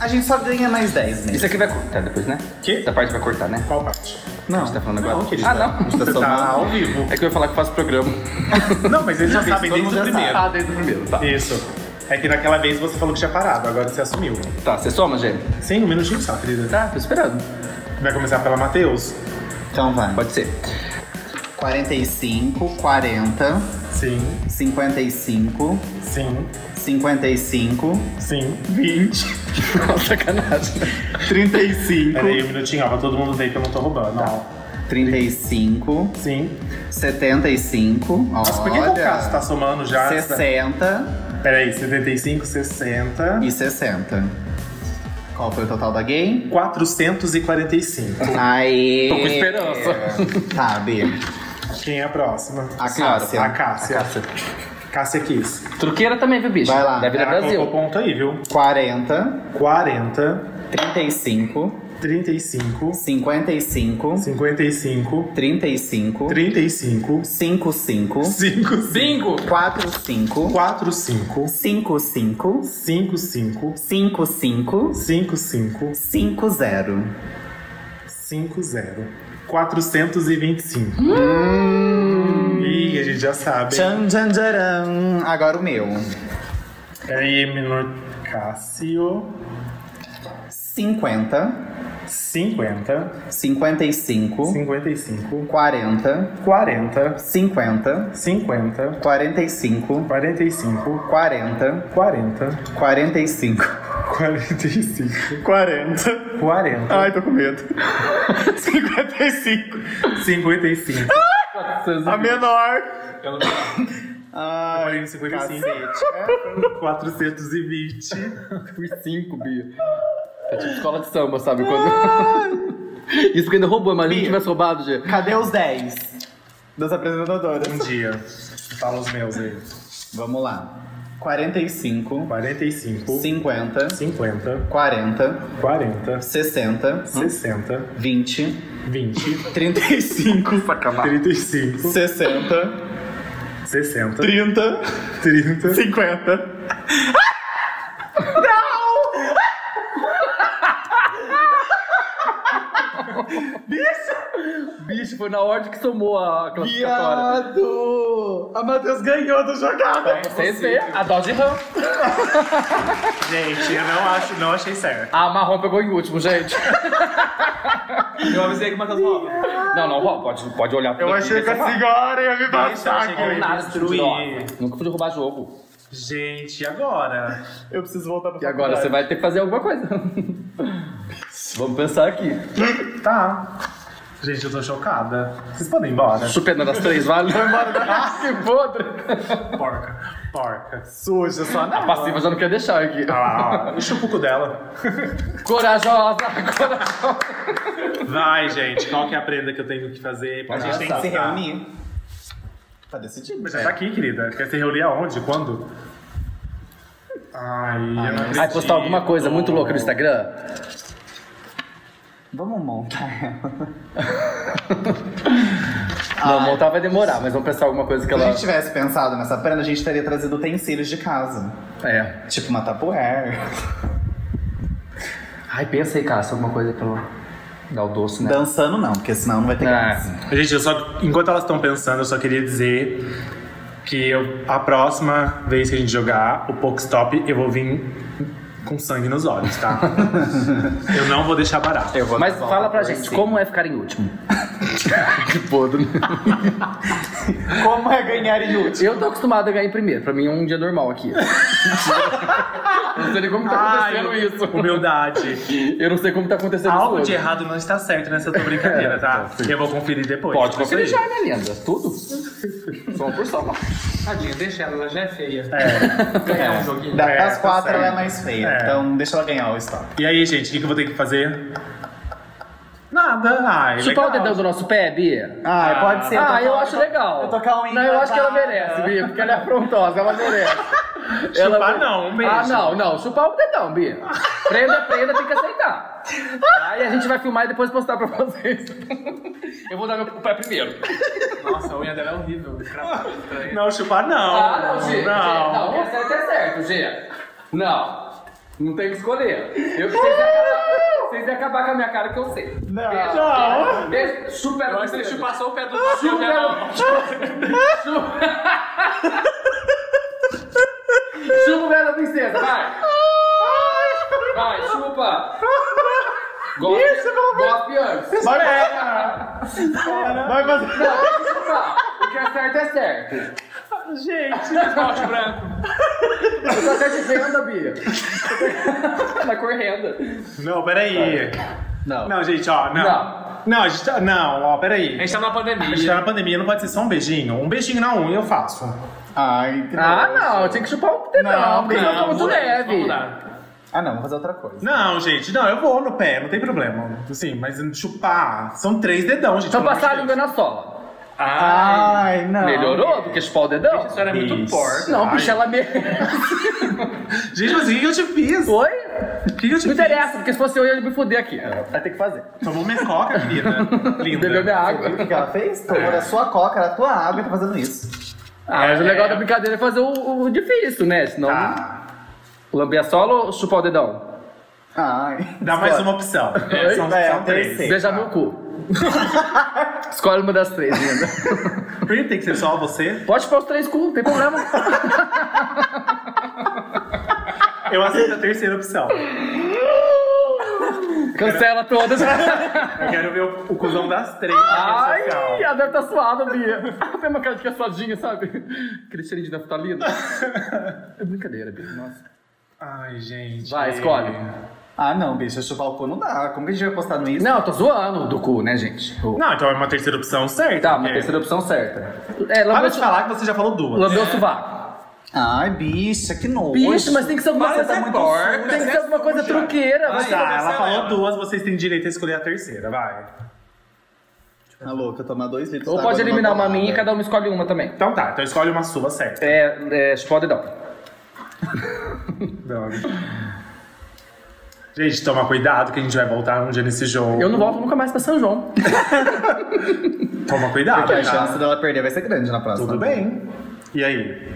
B: A gente só ganha mais 10 mesmo.
C: Isso aqui vai cortar depois, né?
A: Que?
C: Essa parte vai cortar, né?
A: Qual parte?
C: A gente tá falando agora.
A: Não, querida.
C: ah, não.
B: Tá
A: Você tá
B: somando.
A: ao vivo.
C: É que eu ia falar que faço programa.
A: Não, mas eles já sabem desde
B: todo
A: o
B: mundo já
A: primeiro.
C: Ah, desde o primeiro, tá.
A: Isso. É que naquela vez você falou que tinha parado, agora você assumiu.
C: Tá, você soma, gente?
A: Sim, um minutinho só, querida.
C: Tá, tô esperando.
A: Vai começar pela Matheus?
B: Então vai.
C: Pode ser.
B: 45, 40,
A: Sim,
B: 55,
A: sim,
B: 55,
A: sim.
B: 20,
C: Sacanagem.
B: 35,
A: Pera aí um minutinho, ó, pra todo mundo ver que eu não tô roubando. Ó.
B: 35,
A: Sim.
B: 75.
A: Nossa, por que que o Cássio tá somando já?
B: 60
A: Pera aí, 75, 60.
B: e 60. Qual foi o total da gay?
A: 445.
B: Aê!
C: Tô com esperança.
B: Tá, Bia.
A: Quem é a próxima?
B: A
C: Senhora,
B: Cássia.
A: A Cássia.
C: Cássia.
A: Cássia Kiss.
C: Truqueira também, viu, bicho?
B: Vai lá.
C: Da Vida
A: Ela
C: Brasil.
A: colocou ponto aí, viu?
B: 40,
A: 40,
B: 35,
A: 35,
B: 55,
A: 55,
B: 35,
A: 35,
B: 55,
C: Ah.
A: 5,
E: Bingo!
B: 45,
A: 4, 5,
B: 55,
A: 5, 5,
B: 55,
A: 5, 5,
B: 50.
A: 5, 0. 425. Ih, a gente já sabe.
B: Tchan, tchan, tcharam. Agora o meu.
A: Peraí, menor Cássio.
B: 50,
A: 50,
B: 55,
A: 55,
B: 40,
A: 40,
B: 50,
A: 50,
B: 45,
A: 45,
B: 40,
A: 40,
B: 45.
A: 45,
B: 40.
A: 40,
B: Ai, tô com medo. 55.
A: 55.
B: A menor.
E: Eu não...
B: Ai,
A: Ai, 55.
B: cacete.
A: 420.
C: Fui cinco, Bia. É tipo escola de samba, sabe? Quando... Isso porque ainda roubou, mas a gente
B: Bia.
C: tivesse roubado, Gê.
B: Cadê os 10 das apresentadoras?
A: Um dia. Fala os meus aí.
B: Vamos lá. 45,
A: 45,
B: 50,
A: 50,
B: 40,
A: 40,
B: 60,
A: 60,
B: 20,
A: 20,
B: 35,
A: 35,
B: 60,
A: 60,
B: 30,
A: 30,
B: 50.
C: triste, foi na ordem que somou a classificatória.
H: Viado! A Matheus ganhou da jogada.
C: CC, a Dodge Ram.
A: Gente, eu não, acho, não achei certo.
C: A Marrom pegou em último, gente.
E: Eu avisei que o Matheus rouba.
C: Não, não, Ró, pode, pode olhar
H: Eu achei que a senhora ia me
A: Deixa eu
H: passar
A: chegar
H: aqui.
A: lá.
C: nada
A: destruir.
C: Nunca podia roubar jogo.
A: Gente, e agora?
H: Eu preciso voltar pra
C: E agora você vai ter que fazer alguma coisa. Vamos pensar aqui.
A: Tá. Gente, eu tô chocada. Vocês podem ir embora.
C: Chupendo das três, vale? Ah, que podre!
A: Porca. Porca.
H: Suja, só
C: A
H: na
C: passiva já não quer deixar aqui.
A: Ah, deixa o cuco dela.
C: Corajosa, corajosa.
A: Vai, gente. Qual que é a prenda que eu tenho que fazer?
B: A gente tem que se reunir. né?
H: Tá decidido.
A: Mas já tá aqui, querida. Quer se reunir aonde? Quando? Ai, eu não acredito.
C: Vai postar alguma coisa muito louca no Instagram?
B: Vamos montar ela.
C: Não, montar vai demorar, mas vamos pensar alguma coisa que
B: Se a
C: ela.
B: gente tivesse pensado nessa prenda, a gente teria trazido utensílios de casa.
C: É.
B: Tipo uma tapuer,
C: Ai, pensa aí, Cássio, alguma coisa pra ela dar o doce, né?
B: Dançando não, porque senão não vai ter graça.
C: Ah,
A: Gente, eu só, enquanto elas estão pensando, eu só queria dizer que eu- a próxima vez que a gente jogar o Pokestop, eu vou vir com sangue nos olhos, tá? eu não vou deixar barato.
C: eu vou mas fala pra gente, como é ficar em último? que podre.
H: Como é ganhar inútil?
C: Eu tô acostumado a ganhar em primeiro, pra mim é um dia normal aqui. não sei nem como tá acontecendo
A: Ai,
C: isso.
A: Humildade.
C: Eu não sei como tá acontecendo
A: Algo
C: isso.
A: de errado não está certo nessa tua brincadeira, tá? Eu vou conferir depois.
C: Pode
A: Isso é
C: conferir
A: aí.
C: já, né, linda? Tudo. Só por só.
E: Tadinha, deixa ela, ela já é feia.
A: É.
E: Ganhar um joguinho.
B: Da- Das
A: tá
B: quatro ela é
A: certo.
B: mais feia.
A: É.
B: Então deixa ela ganhar o stop.
A: E aí, gente, o que, que eu vou ter que fazer? Nada. Ai,
C: Chupar o
A: É legal.
C: dedão do nosso pé, Bia?
B: Ah, pode ser.
C: ah,
B: tô
C: eu
A: um
B: falando-
C: acho legal.
B: Eu tocar um
C: Não, eu acho que ela
B: encravada.
C: merece, Bia, porque ela é afrontosa, ela merece.
A: Chupar não, um beijo.
C: Ah, não, não. Chupar o dedão, Bia. Prenda, prenda, tem que aceitar. Aí a gente vai filmar e depois postar pra vocês. Eu vou dar meu pé primeiro.
E: Nossa, a unha dela é horrível. Cravada, estranha.
A: Não, chupar não.
C: Ah, não, Gê.
A: Não.
C: Não, não certo é certo, Gê. Não. Não tem que escolher. Eu que vocês iam acabar, vocês iam acabar com a minha cara que eu sei. Não. Beijo,
A: Não.
C: beijo, beijo. Chupa
E: Eu
C: ela.
E: acho que ele
C: primeiro.
E: chupa só o pé do
C: Chupa
E: Matheus.
C: ela. Chupa. Chupa ela, princesa, vai. Vai, chupa. Golpe, golpe antes.
H: Vai, vai. Vai fazer.
C: Não, tem que chupar. O que é certo é certo.
E: Esmalte branco.
C: Eu tô até de renda, Bia. Tá Na cor renda.
A: Não, peraí.
C: Não.
A: Não, gente, ó, não.
C: Não.
A: Não, a gente tá- Não, ó, peraí.
E: A gente tá na
A: A gente tá
E: pandemia.
A: na pandemia, não pode ser só um beijinho. Um beijinho na unha eu faço.
B: Ai, que
C: Ah,
B: nojo.
C: não, eu tinha que chupar o dedão,
B: Não,
C: porque senão
B: não,
C: tá muito
E: Vamos mudar,
C: leve.
E: vamos mudar.
B: Ah, não, vou fazer outra coisa.
A: Não, gente, não, eu vou no pé, não tem problema. Assim, mas chupar. São três dedão, gente.
C: Só
A: pelo amor de
C: passar a
A: Deus.
C: língua na sola.
E: Ai,
B: Ai, não.
C: Melhorou do que chupar o dedão?
E: Ah, isso era muito
A: Isso.
E: porco.
C: Não,
A: Ai.
C: bicho, ela me.
A: Gente, mas o que que eu te fiz? O
C: Oi?
A: que que eu te
C: Não
A: fiz?
C: interessa, porque se fosse eu, eu ia me fuder aqui. Vai ter que fazer.
A: Tomou minha coca, querida.
C: Bebeu minha
A: Linda.
C: água.
B: O que, que ela fez? Tomou
A: É.
B: da sua coca, da tua água e tá fazendo isso.
C: Ah, mas o legal da brincadeira é fazer o, o difícil, né? Senão.
A: Tá.
C: Lamber a sola ou chupar o dedão?
B: Ai.
A: Dá mais uma opção.
C: É,
A: são,
B: é,
A: são três.
B: terceiro. Sei,
C: Beijar meu cu. Escolhe uma das três, linda.
A: Por que tem que ser só você?
C: Pode chupar os três cu, não tem problema.
A: Eu aceito a terceira opção.
C: Cancela todas.
A: Eu quero ver o, o cuzão das três é na rede
C: Ai,
A: social.
C: ela deve tá suada, Bia. Tem uma cara de caçadinha, sabe? Aquele cheirinho de naftalina. É brincadeira, Bia. Nossa.
A: Ai, gente.
C: Vai, escolhe.
B: Ah, não, bicho, chupar o cu não dá. Como que a gente vai postar no Insta?
C: Não, eu tô zoando do cu, né, gente? O-
A: Não, então é uma terceira opção certa.
C: Tá, uma
A: porque-
C: terceira opção certa. É,
A: Para
C: lambeu,
A: de falar que você já falou duas.
C: lambeu o sovaco.
B: Ai, bicha, que nojo.
C: Bicho, mas tem que ser alguma
E: Para
C: coisa
E: de ser
C: muito
E: porca,
C: suja, Tem que
E: né,
C: ser alguma coisa
E: suja.
C: truqueira.
E: Ai,
C: vai.
A: Tá, ela
E: cancela
A: falou
E: ela.
A: duas, vocês têm direito a escolher a terceira, vai.
B: Tá louco, eu tomar dois litros
C: Ou
B: de
C: pode
B: água numa
C: eliminar uma
B: tomada.
C: minha e cada um uma escolhe uma também.
A: Então tá, então escolhe uma sua certa.
C: É, é chupar o dedão.
A: Droga. Gente, toma cuidado que a gente vai voltar um dia nesse jogo.
C: Eu não volto nunca mais pra São João.
A: Toma cuidado,
B: A
A: tá?
B: Ah, chance dela perder vai ser grande na próxima.
A: Tudo bem. E aí?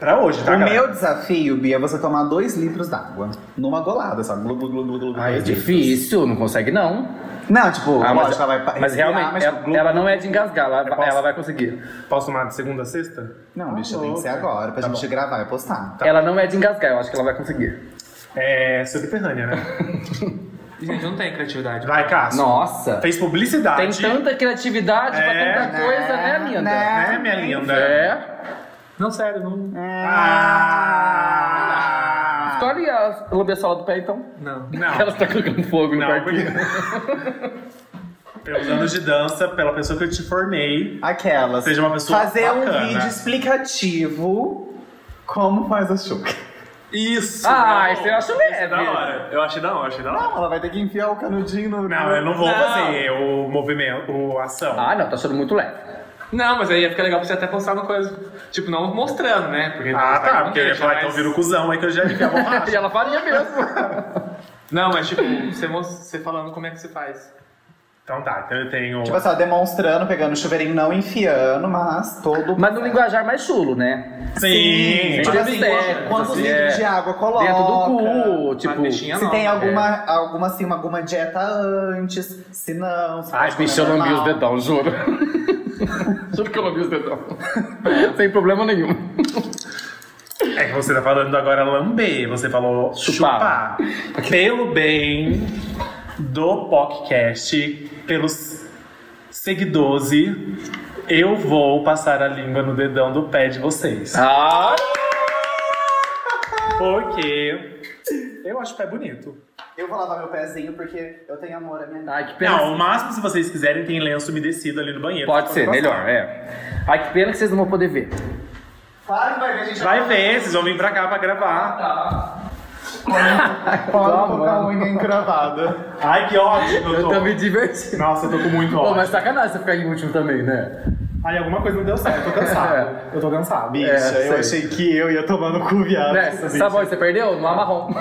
A: Pra hoje, tá,
B: o
A: galera?
B: meu desafio, Bia, é você tomar dois litros d'água. Numa golada, sabe? Glu, glu, glu, glu, glu,
C: Ai, é
B: dois litros.
C: difícil, não consegue não.
B: Não, tipo,
C: Ah, mas-
B: lógico, ela vai pa-
C: Mas
B: respirar,
C: realmente,
B: mas,
C: ela,
B: tipo, glu-
C: ela não é de engasgar, ela,
A: Eu posso-
C: ela vai conseguir.
A: Posso tomar de segunda a sexta?
C: Tá
B: Não, bicha, tem que ser agora, pra
A: Tá
B: gente gravar e postar.
C: Ela não é de engasgar, eu acho que ela vai conseguir.
A: É subterrânea, né?
E: Gente, não tem criatividade.
A: Vai, Cássio.
C: Nossa!
A: Fez publicidade.
C: Tem tanta criatividade
A: É,
C: pra tanta coisa, né, linda?
A: Né, minha linda?
C: É.
E: Não, sério, não.
B: É.
A: Ah!
C: Escolhe a lobessola do pé,
A: É.
C: então.
E: Não.
C: Ela
A: Não,
C: tá colocando fogo no
A: não,
C: parquinho.
A: porque... Pelos anos de dança, pela pessoa que eu te formei.
B: Aquelas.
A: Seja uma pessoa
B: Fazer um
A: bacana.
B: vídeo explicativo como faz a chuca.
A: Isso!
C: Ah,
A: não.
C: isso eu acho leve.
A: Da hora. Eu achei da hora, achei da hora.
B: Não, ela vai ter que enfiar o canudinho no.
A: Não, eu não vou
E: Não.
A: fazer o movimento, o ação.
C: Ah, não, tá achando muito leve.
E: Não, mas aí ia ficar legal pra você até postar uma coisa. Tipo, não mostrando, né? Porque
A: Ah,
E: não,
A: tá,
E: não
A: porque eu ia
E: deixa,
A: falar
E: mas-
A: então vira o cuzão aí que eu já enfiava a borracha.
C: E ela faria mesmo.
E: Não, mas tipo, você, mos- você falando como é que você faz.
A: Então tá, então eu tenho.
B: Tipo assim, ó, demonstrando, pegando o chuveirinho, não enfiando, mas todo.
C: Mas no linguajar mais chulo, né?
A: Sim!
B: Tipo
C: Mas
B: assim,
C: é,
B: quantos
C: assim,
B: litros
C: é.
B: de água coloca?
C: Dentro do cu,
E: Mas
C: tipo...
E: bichinha
B: Se
E: não.
B: tem alguma, alguma, assim, uma- alguma dieta antes, se não. Se
C: Ai,
B: pode
C: bicho, eu
B: comer
C: lambi os
B: normal.
C: dedão, juro. juro que eu lambi os dedão. Sem problema nenhum.
A: É que você tá falando agora lamber, você falou
C: Chupar.
A: chupar. Pelo bem do podcast, pelos seguidores, eu vou passar a língua no dedão do pé de vocês.
C: Ah,
A: Porque eu acho o pé bonito.
B: Eu vou lavar meu pezinho porque eu tenho amor à minha vida.
C: ai que pena.
A: Não, o máximo, se vocês quiserem, tem lenço umedecido ali no banheiro.
C: Pode
A: Vocês
C: ser,
A: podem
C: melhor, é. Ai, que pena que vocês não vão poder ver.
B: Claro que vai ver, a gente
A: passar. Vai ver, vocês vão vir pra cá pra gravar.
B: pode colocar a unha encravada.
A: Ai, que ótimo, eu tô.
C: diverti.
A: Nossa, eu tô com muito
C: Pô,
A: ódio.
C: mas sacanagem você ficar em último também, né?
A: Ai, alguma coisa não deu certo, eu tô cansado. Eu tô cansado.
B: Bicha,
C: É,
B: eu
C: sei.
B: achei que eu ia tomar no cu, viado.
C: né? Sabe onde você perdeu? No amarrom.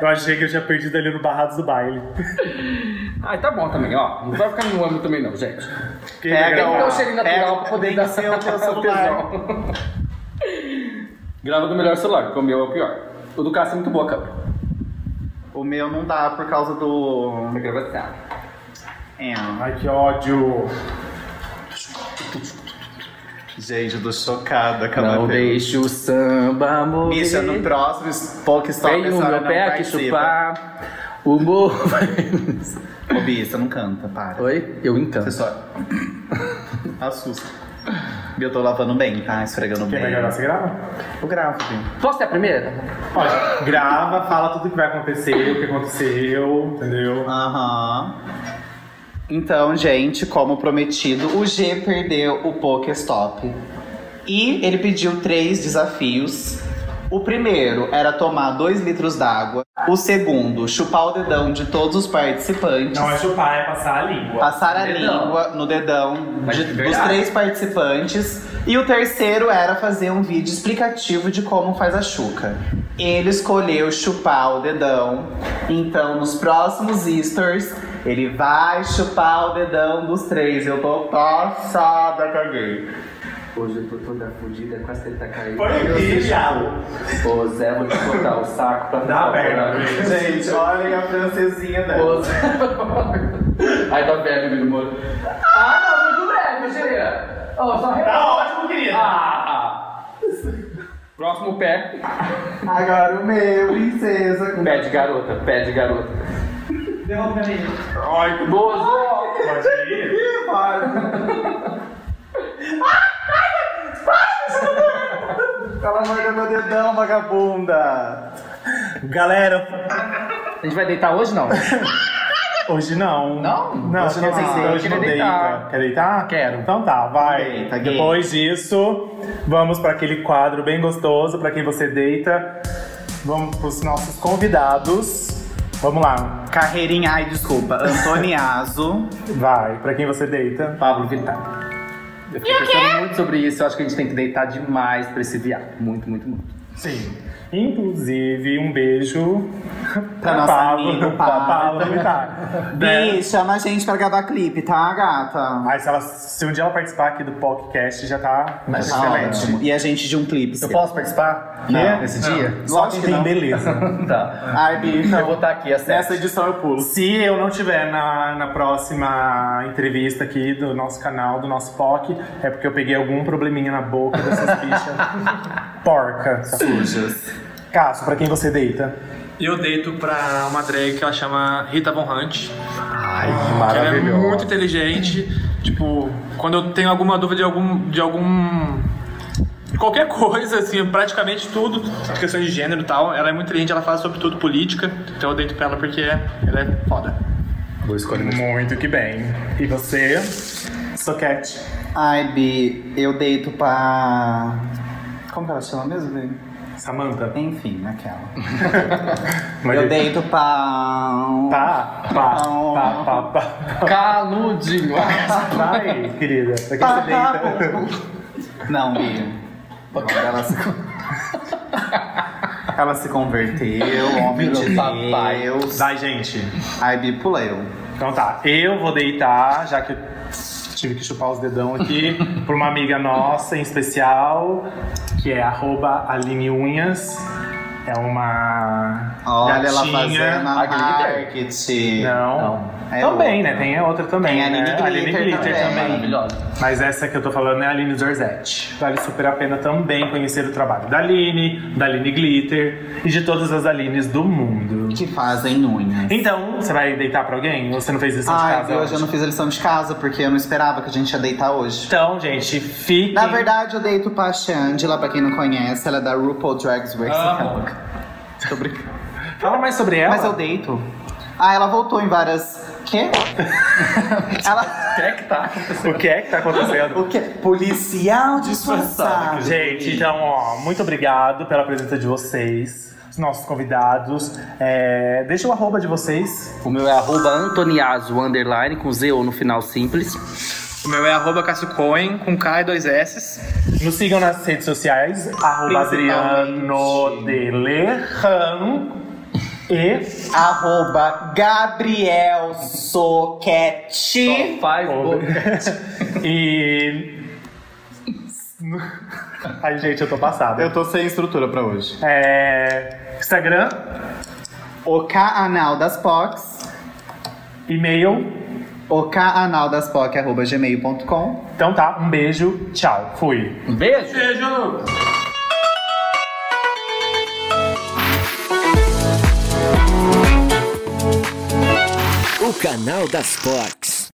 A: Eu achei que eu tinha perdido ali no Barrados do Baile.
C: Ai, tá bom também, ó. Não vai ficar no âmbito também não, gente.
B: Pega
C: Tem que
B: o
C: dar um cheirinho natural
B: pega-
C: pra poder
B: É, tem
C: dar
B: que ser o teu celular.
C: tesão. Grava do melhor celular, porque o meu é o pior. O do Cássio é muito boa, câmera.
B: O meu não dá por causa do.
C: Vai gravar assim.
B: É.
A: Ai, que ódio.
B: Gente, eu tô chocada com a
C: Não
B: Mabel.
C: deixe o samba morrer.
B: Bicha, no próximo Pokestop
C: Vem o meu pé aqui chupar. O morro vai...
B: Ô, Bia, você não canta, para.
C: Oi? Eu
B: Você
C: encanto.
B: só. Assusta. Bia, eu tô lavando bem, tá? Esfregando
A: Quem
B: bem.
A: vai gravar? Você grava?
B: Eu gravo, Bia.
C: Posso ser a primeira?
A: Pode. Grava, fala tudo que vai acontecer, o que aconteceu, entendeu?
B: Aham. Então, gente, como prometido, o G perdeu o Pokestop. E ele pediu três desafios. O primeiro era tomar dois litros d'água. O segundo, chupar o dedão de todos os participantes.
A: Não é chupar, é passar a língua.
B: Passar a
C: Dedão.
B: língua no dedão
C: Mas
B: de-
C: de
B: dos
C: verdade.
B: três participantes. E o terceiro era fazer um vídeo explicativo de como faz a chuca. Ele escolheu chupar o dedão. Então, nos próximos Easters, ele vai chupar o dedão dos três. Eu tô passada, caguei.
C: Hoje eu tô toda fodida, quase tentei tá caindo.
A: Foi aqui, Thiago.
C: Ô Zé, vou te cortar o saco pra
A: Dá a perna.
B: Gente, olhem a francesinha dela.
C: Ô Zé, Ai, tá velho, amigo Moro. Ah, não, muito breve, Xeria. Ô, só
A: Tá
C: repara.
A: ótimo, querida.
C: Ah! Próximo pé.
B: Agora o meu, princesa.
C: Pé de garota, pé de garota.
A: Ai, que
C: Bozo!
A: Pode ir.
B: Ela mordeu meu dedão, vagabunda.
A: Galera,
C: A gente vai deitar hoje, não?
A: hoje não.
C: Não?
A: Não,
C: Hoje
A: hoje não,
C: não.
A: deita,
C: Eu
A: hoje
C: queria
A: não deita.
C: deitar.
A: Quer deitar?
C: Quero.
A: Então tá, vai.
B: Deita, gay.
A: Depois disso, vamos para aquele quadro bem gostoso para quem você deita. Vamos pros nossos convidados. Vamos lá,
B: Carreirinha, ai, desculpa. Antoniazo.
A: vai. Para quem você deita.
C: Pablo Vittar. Eu fiquei pensando muito sobre isso, eu acho que a gente tem que deitar demais pra esse viado. Muito, muito, muito.
A: Sim. Inclusive, um beijo
B: Pra nossa amiga, o É Pablo. É.
A: Pablo Vittar. Né?
B: Bi, chama a gente pra gravar clipe, tá, gata?
A: Aí se, ela, se um dia ela participar aqui do podcast, já tá
B: Tá
A: excelente.
B: ótimo. E a gente de um clipe.
C: Eu
B: seu.
C: posso participar?
B: Não.
C: Nesse
B: Não.
C: dia?
A: Só
B: Lógico
A: quem
B: que
A: tem
B: não.
A: beleza.
C: Tá.
B: Ai, Bi, então,
C: Eu
B: não.
C: vou estar aqui, a sete.
I: Nessa edição eu pulo.
A: Se eu não tiver na, na próxima entrevista aqui do nosso canal, do nosso POC, é porque eu peguei algum probleminha na boca dessas bichas porca.
B: Sujas.
A: Cássio, pra quem você deita?
E: Eu deito pra uma drag que ela chama Rita Von Hunt.
C: Ai,
E: Que ela é
C: maravilhoso.
E: muito inteligente. Tipo, quando eu tenho alguma dúvida de algum. de algum. de qualquer coisa, assim, praticamente tudo, questões de gênero e tal, ela é muito inteligente, ela fala sobre tudo política, então eu deito pra ela porque ela é foda.
C: Vou escolher mesmo.
A: Muito que bem. E você? Soquete.
B: Ai, Bi, eu deito pra. Como que ela chama mesmo, Bi?
A: Samantha.
B: Enfim, naquela.
A: Maria-
B: Eu deito pra.
A: Pá, pá, pá, pá, pá.
J: Caludinho.
A: Vai, querida. Pra quem você deita?
B: Não, Bi. Ela se... ela se converteu, um homem de
J: Virou papai.
B: Deus.
A: Vai, gente.
B: Ai, Bi, pulei eu.
A: Então tá, eu vou deitar, já que eu tive que chupar os dedão aqui, por uma amiga nossa em especial, que é arroba Aline Unhas. É uma.
B: Olha ela
A: gatinha.
B: fazendo a
J: a glitter.
B: marketing.
A: Não.
B: É
A: também,
B: outra.
A: né? Tem a outra também.
B: Tem a Aline
A: né?
B: Glitter também.
J: Maravilhosa.
A: Mas essa que eu tô falando é a Aline Zorzetti. Vale super a pena também conhecer o trabalho da Aline, da Aline Glitter e de todas as Alines do mundo.
B: Que fazem unhas.
A: Então, você vai deitar pra alguém? Ou você não fez lição de
B: Ai,
A: casa?
B: viu, hoje
A: hoje?
B: eu não fiz a lição de casa porque eu não esperava que a gente ia deitar hoje.
A: Então, gente, fiquem.
B: Na verdade, eu deito pra Shangela, pra quem não conhece, ela é da RuPaul Drags Race
E: Amo.
B: Academy. Tô brincando.
A: Fala mais sobre ela.
B: Mas eu deito. Ah, ela voltou em várias. Quê? ela.
J: Até que tá.
A: O que é que tá acontecendo?
B: O quê? Policial disfarçado.
A: Gente, então, ó, muito obrigado pela presença de vocês, os nossos convidados. É, deixa o arroba de vocês.
J: O meu é arroba antoniazo, underline, com Z ou no final simples.
E: O meu é arroba Cássio Cohen, com K e dois S.
A: Nos sigam nas redes sociais, arroba Adriano de Lehan. E
B: Arroba Gabriel Soquete.
J: Só faz
A: Ou-
J: boca.
A: E. Ai, gente, eu tô passada.
I: Eu tô sem estrutura pra hoje.
A: É, Instagram,
B: O canal das POCs.
A: e-mail.
B: O canal das POC, arroba gmail.com.
A: Então tá, um beijo, tchau, fui.
J: Um beijo.
E: Beijo!
D: O canal das Fox.